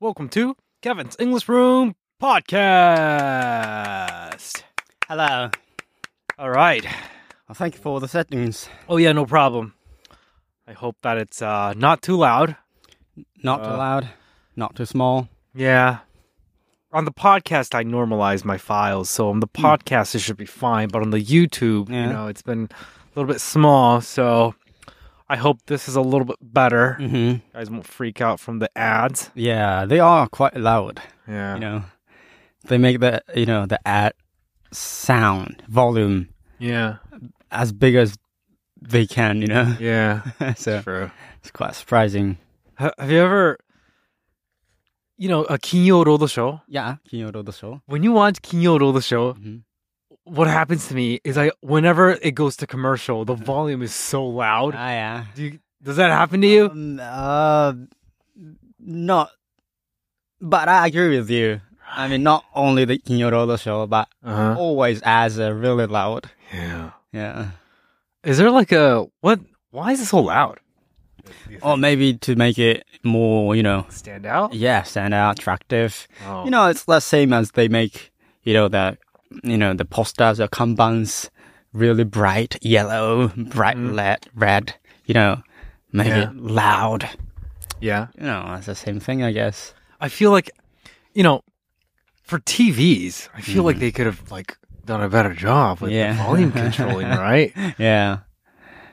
Welcome to Kevin's English Room Podcast. Hello. All right. Well, thank you for all the settings. Oh, yeah, no problem. I hope that it's uh, not too loud. Not Uh. too loud, not too small. Yeah. On the podcast, I normalize my files. So on the podcast, it should be fine. But on the YouTube, you Yeah. know, it's been a little bit small. So I hope this is a little bit better. Mm-hmm. guys won't freak out from the ads. Yeah, they are quite loud. Yeah. You know, they make the you know the ad sound volume yeah. as big as they can. You know, Yeah. so True. it's quite surprising. Ha- Have you ever, you know, a Kinyo Rodosho? Yeah, Kinyodo the show. When you watch Kinyo Rodosho, Mhm. what happens to me is I, whenever it goes to commercial, the volume is so loud. Ah, yeah. Do you, does that happen to you? Um, uh, not, but I agree with you. I mean, not only the Kinyodo the show, but Uh huh. always as uh, really loud. Yeah. Yeah. Is there like a what? Why is it so loud? Or maybe to make it more, you know, Stand out. yeah, stand out, attractive. Oh. You know, it's the same as they make, you know, the, you know, the posters or kanbans really bright yellow, bright red, red. You know, make Yeah. it loud. Yeah. You know, that's the same thing, I guess. I feel like, you know, for TVs, I feel like they could have like done a better job with the Yeah. volume controlling, right? Yeah,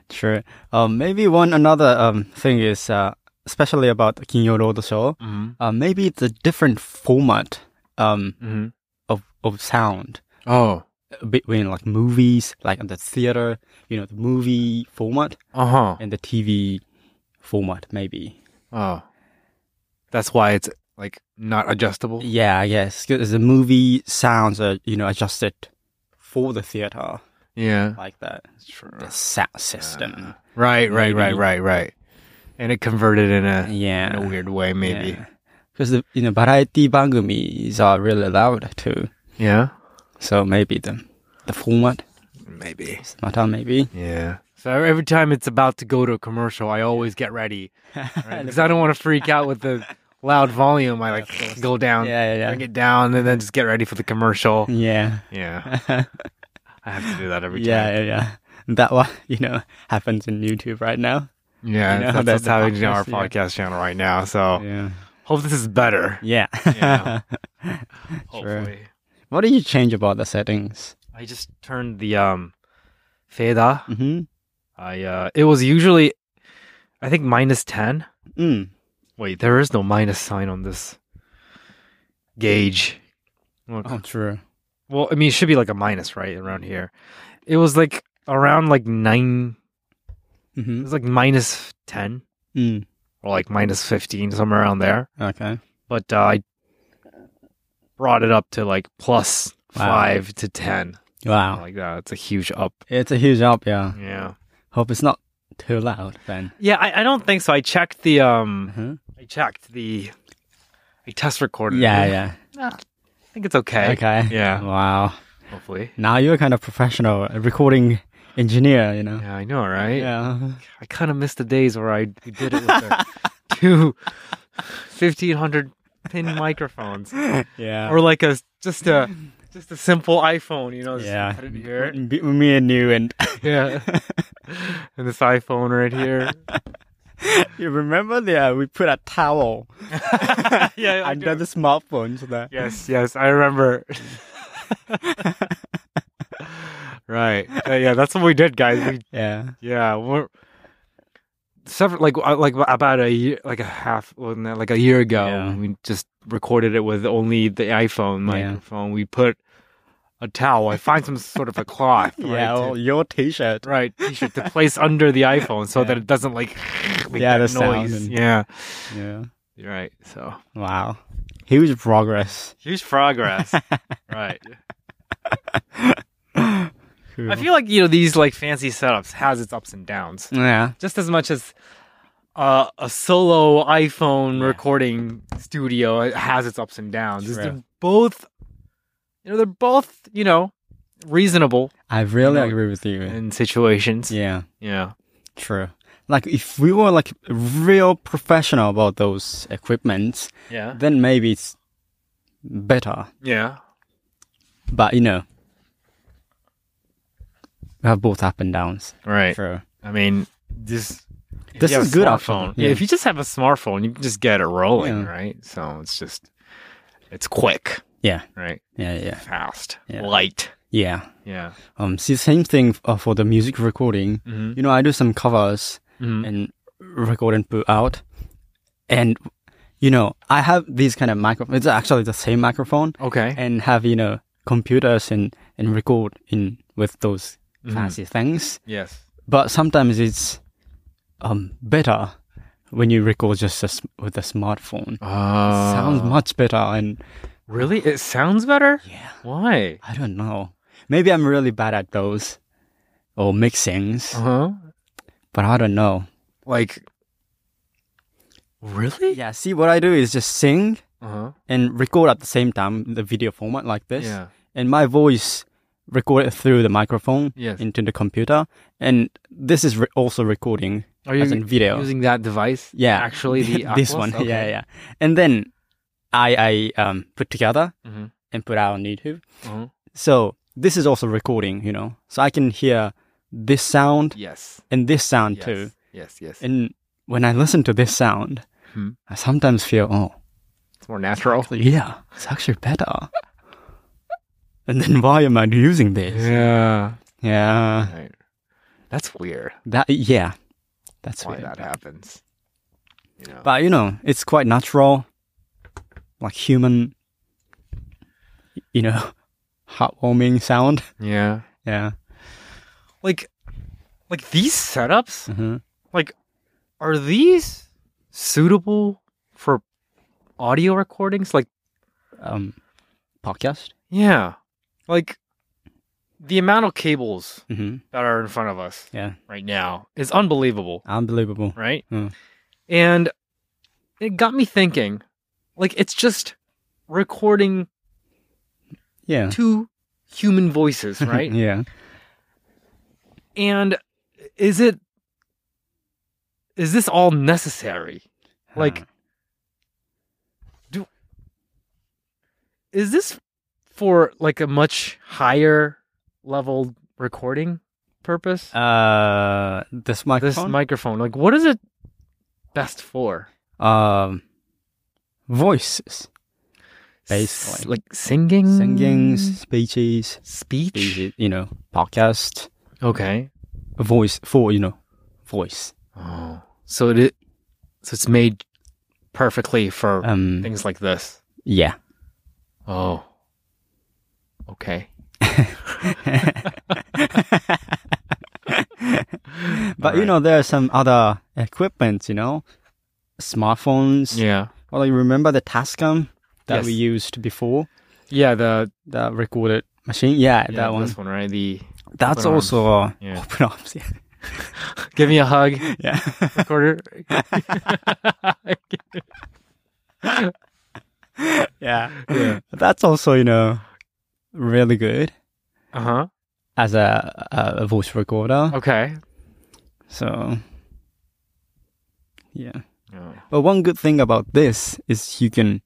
true. Um, maybe one another um thing is, uh, especially about the Kinyo Road show, Mm-hmm. uh, maybe it's a different format um Mm-hmm. of of sound. Oh. between like movies, like on the theater, you know, the movie format Uh huh. and the TV format, maybe. Oh. That's why it's like not adjustable. Yeah, I guess 'cause the movie sounds are you know adjusted for the theater, Yeah. like the Sure. the sound system. Right, right, right, Uh, Maybe. right, right. And it converted in a in yeah, a weird way, maybe. Because the you know variety bangumis are really loud too, Yeah. so maybe the the format Maybe. does matter, maybe. Yeah. So every time it's about to go to a commercial, I always get ready because I don't want to freak out with the loud volume. I like go down, Yeah, yeah, yeah. bring it down, and then just get ready for the commercial. Yeah. Yeah, yeah, I have to do that every time. yeah, yeah. That one, you know, happens in YouTube right now. Yeah, You know, that's, that's that's how the we do our podcast, podcast channel right now. So Yeah. hope this is better. Yeah. Yeah. Hopefully, what did you change about the settings? I just turned the um fader. Mm-hmm. I uh, it was usually, I think minus ten. Mm. Wait, there is no minus sign on this gauge. Look. Oh, true. Well, I mean, it should be like a minus, right, around here. It was like around like nine. It Mm-hmm. was like minus ten Mm. or like minus fifteen, somewhere around there. Okay. But uh, I brought it up to like plus Wow. five to ten, Wow. like that. It's a huge up. It's a huge up, yeah. Yeah, Hope it's not too loud then. yeah. I, I don't think so. I checked the um. Mm-hmm. I checked the. I test recorded. Yeah, yeah. I think it's okay. Okay. Yeah. Wow. Hopefully. Now you're kind of professional a recording engineer, you know. Yeah, I know, right? Yeah. I kind of missed the days where I did it with the two 1500 pin microphones Yeah. or like a just a just a simple iPhone, you know, just yeah. put it here. M- m- Me and you and Yeah. and this iPhone right here. you remember there we put a towel yeah, I under do. the smartphone so that Yes, yes, I remember. right. Uh, yeah, that's what we did, guys. We yeah. Yeah, we're several like uh, like about a year, like a half, well, no, like a year ago. Yeah. We just recorded it with only the iPhone Yeah. microphone. We put a towel. I find some sort of a cloth, right, Yeah, to- well, your t-shirt. right, t-shirt to place under the iPhone so Yeah. that it doesn't like make Yeah, that the sound noise. and- Yeah, Yeah. You're right. So Wow. Huge progress. huge progress. right. I Cool. feel like you know these like fancy setups has its ups and downs. Yeah. just as much as uh, a solo iPhone recording studio it has its ups and downs. It's- True. They're both, you know, they're both, you know, reasonable I really You know, agree with you. in situations. Yeah. Yeah, true. like if we were like real professional about those equipments, Yeah. then maybe it's better. Yeah. But you know, we have both up and downs. Right. Sure. I mean, just if This you have is a good Smartphone. actually. Yeah. Yeah. If you just have a smartphone, you can just get it rolling, Yeah. right? So it's just, it's quick, Yeah. right? Yeah. Yeah. Fast, Yeah. light. Yeah. Yeah. Um. See, same thing uh, for the music recording. Mm-hmm. You know, I do some covers Mhm. and record and put out, and you know, I have these kind of microphone. It's actually the same microphone, Okay. and have you know computers and and record in with those Mhm. fancy things. Yes. But sometimes it's um better when you record just a s with a smartphone. Uh, Sounds much better, and really. It sounds better. yeah, Why? I don't know. Maybe I'm really bad at those or mixings, Uh huh. but I don't know. Like. Really? Yeah, see, what I do is just sing Uh huh. and record at the same time the video format like this, Yeah. and my voice recorded through the microphone Yes. into the computer, and this is re- also recording Are as in video. using that device? yeah, Actually, the this Aquas? one, Okay. yeah, yeah, and then I I um put together Mhm. and put out on YouTube. Uh-huh. So this is also recording, you know, so I can hear this sound Yes. and this sound Yes. too. Yes. Yes. And when I listen to this sound, Hmm. I sometimes feel, oh, It's more natural. yeah, it's actually better. and then why am I using this? Yeah. Yeah, Right. That's weird. that yeah, that's why weird. that happens. You know. But you know, it's quite natural, like human, you know, heartwarming sound. yeah. Yeah. Like, like these setups. hmm Are these suitable for audio recordings? Like, Um, podcast. yeah. Like the amount of cables hmm that are in front of us Yeah. right now is unbelievable, Unbelievable. right? Hmm. And it got me thinking. Like, it's just recording Yeah. two human voices, right? yeah. And is it is this all necessary? Like, Uh, Is this for like a much higher level recording purpose? uh, this this microphone. microphone, like, what is it best for? um, voices, Basically. S- like singing, singing, speeches, speech. Mm. speeches, you know, podcast, Okay. voice for you know, voice. Oh, so it so it's made perfectly for Um, things like this. yeah. Oh. Okay. but Alright. you know there are some other equipment you know smartphones Yeah. well you remember the tascam that Yes. we used before Yeah. The the recorded machine yeah, yeah, that one This one, right? The that's Open arms. also uh, Yeah. open arms yeah, give me a hug. yeah. recorder. yeah yeah. that's also you know really good Uh huh. as a, a a voice recorder Okay. so yeah But one good thing about this is you can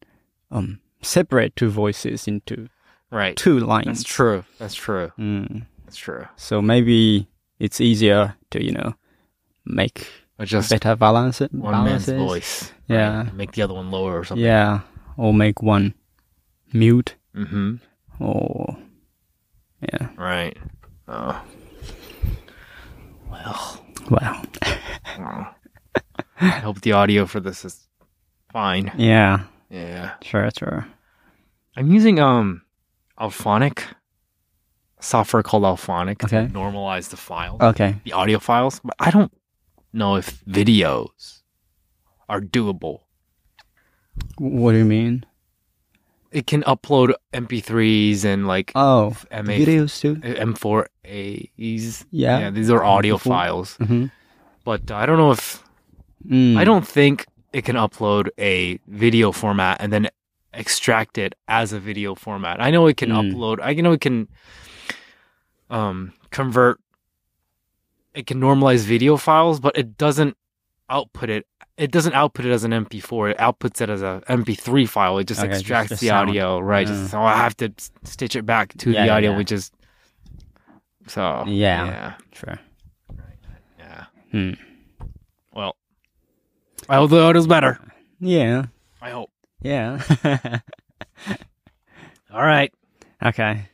um, separate two voices into Right. two lines. That's true. That's true. Mm. That's true. So maybe it's easier to you know make Adjust better balance. one balances. man's voice. Yeah. right? Make the other one lower or something. Yeah, or make one mute Mm-hmm. or yeah. Right. Oh. Well. Wow. well. I hope the audio for this is fine. Yeah. Yeah. Sure. Sure. I'm using um, Alphonic software called Alphonic Okay. to normalize the file. Okay. the audio files, but I don't know if videos are doable. W- What do you mean? It can upload MP3s and like Oh, MA, videos too. M4As. Yeah. these are audio Before- files, Mm-hmm. Mm. but I don't know if Hmm. I don't think it can upload a video format and then extract it as a video format. I know it can Mm. upload. I know it can um, convert it can normalize video files, but it doesn't output it. It doesn't output it as an MP4. It outputs it as a MP3 file. It just Okay, just extracts the the, sound. audio, right? Mm. Just, so I have to s- stitch it back to Yeah, the yeah, audio, yeah. which is so Yeah. yeah, Sure. yeah. Hmm. Well, I hope the audio's better. Yeah. I hope. Yeah. All right, okay.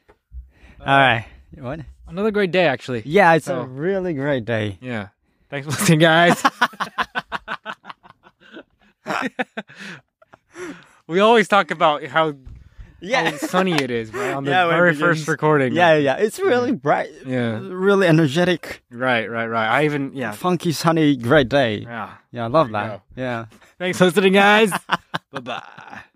All right. What? another great day actually. Yeah, it's So- a really great day. Yeah. Thanks for listening, guys. we always talk about how, how Yeah. sunny it is right? on the Yeah, when it very first begins. recording. Yeah, yeah. It's really bright. Yeah. Really energetic, Right, right, right. I even, yeah. funky, sunny, great day. Yeah. Yeah, I love There you that. Yeah. Thanks for listening, guys. bye bye.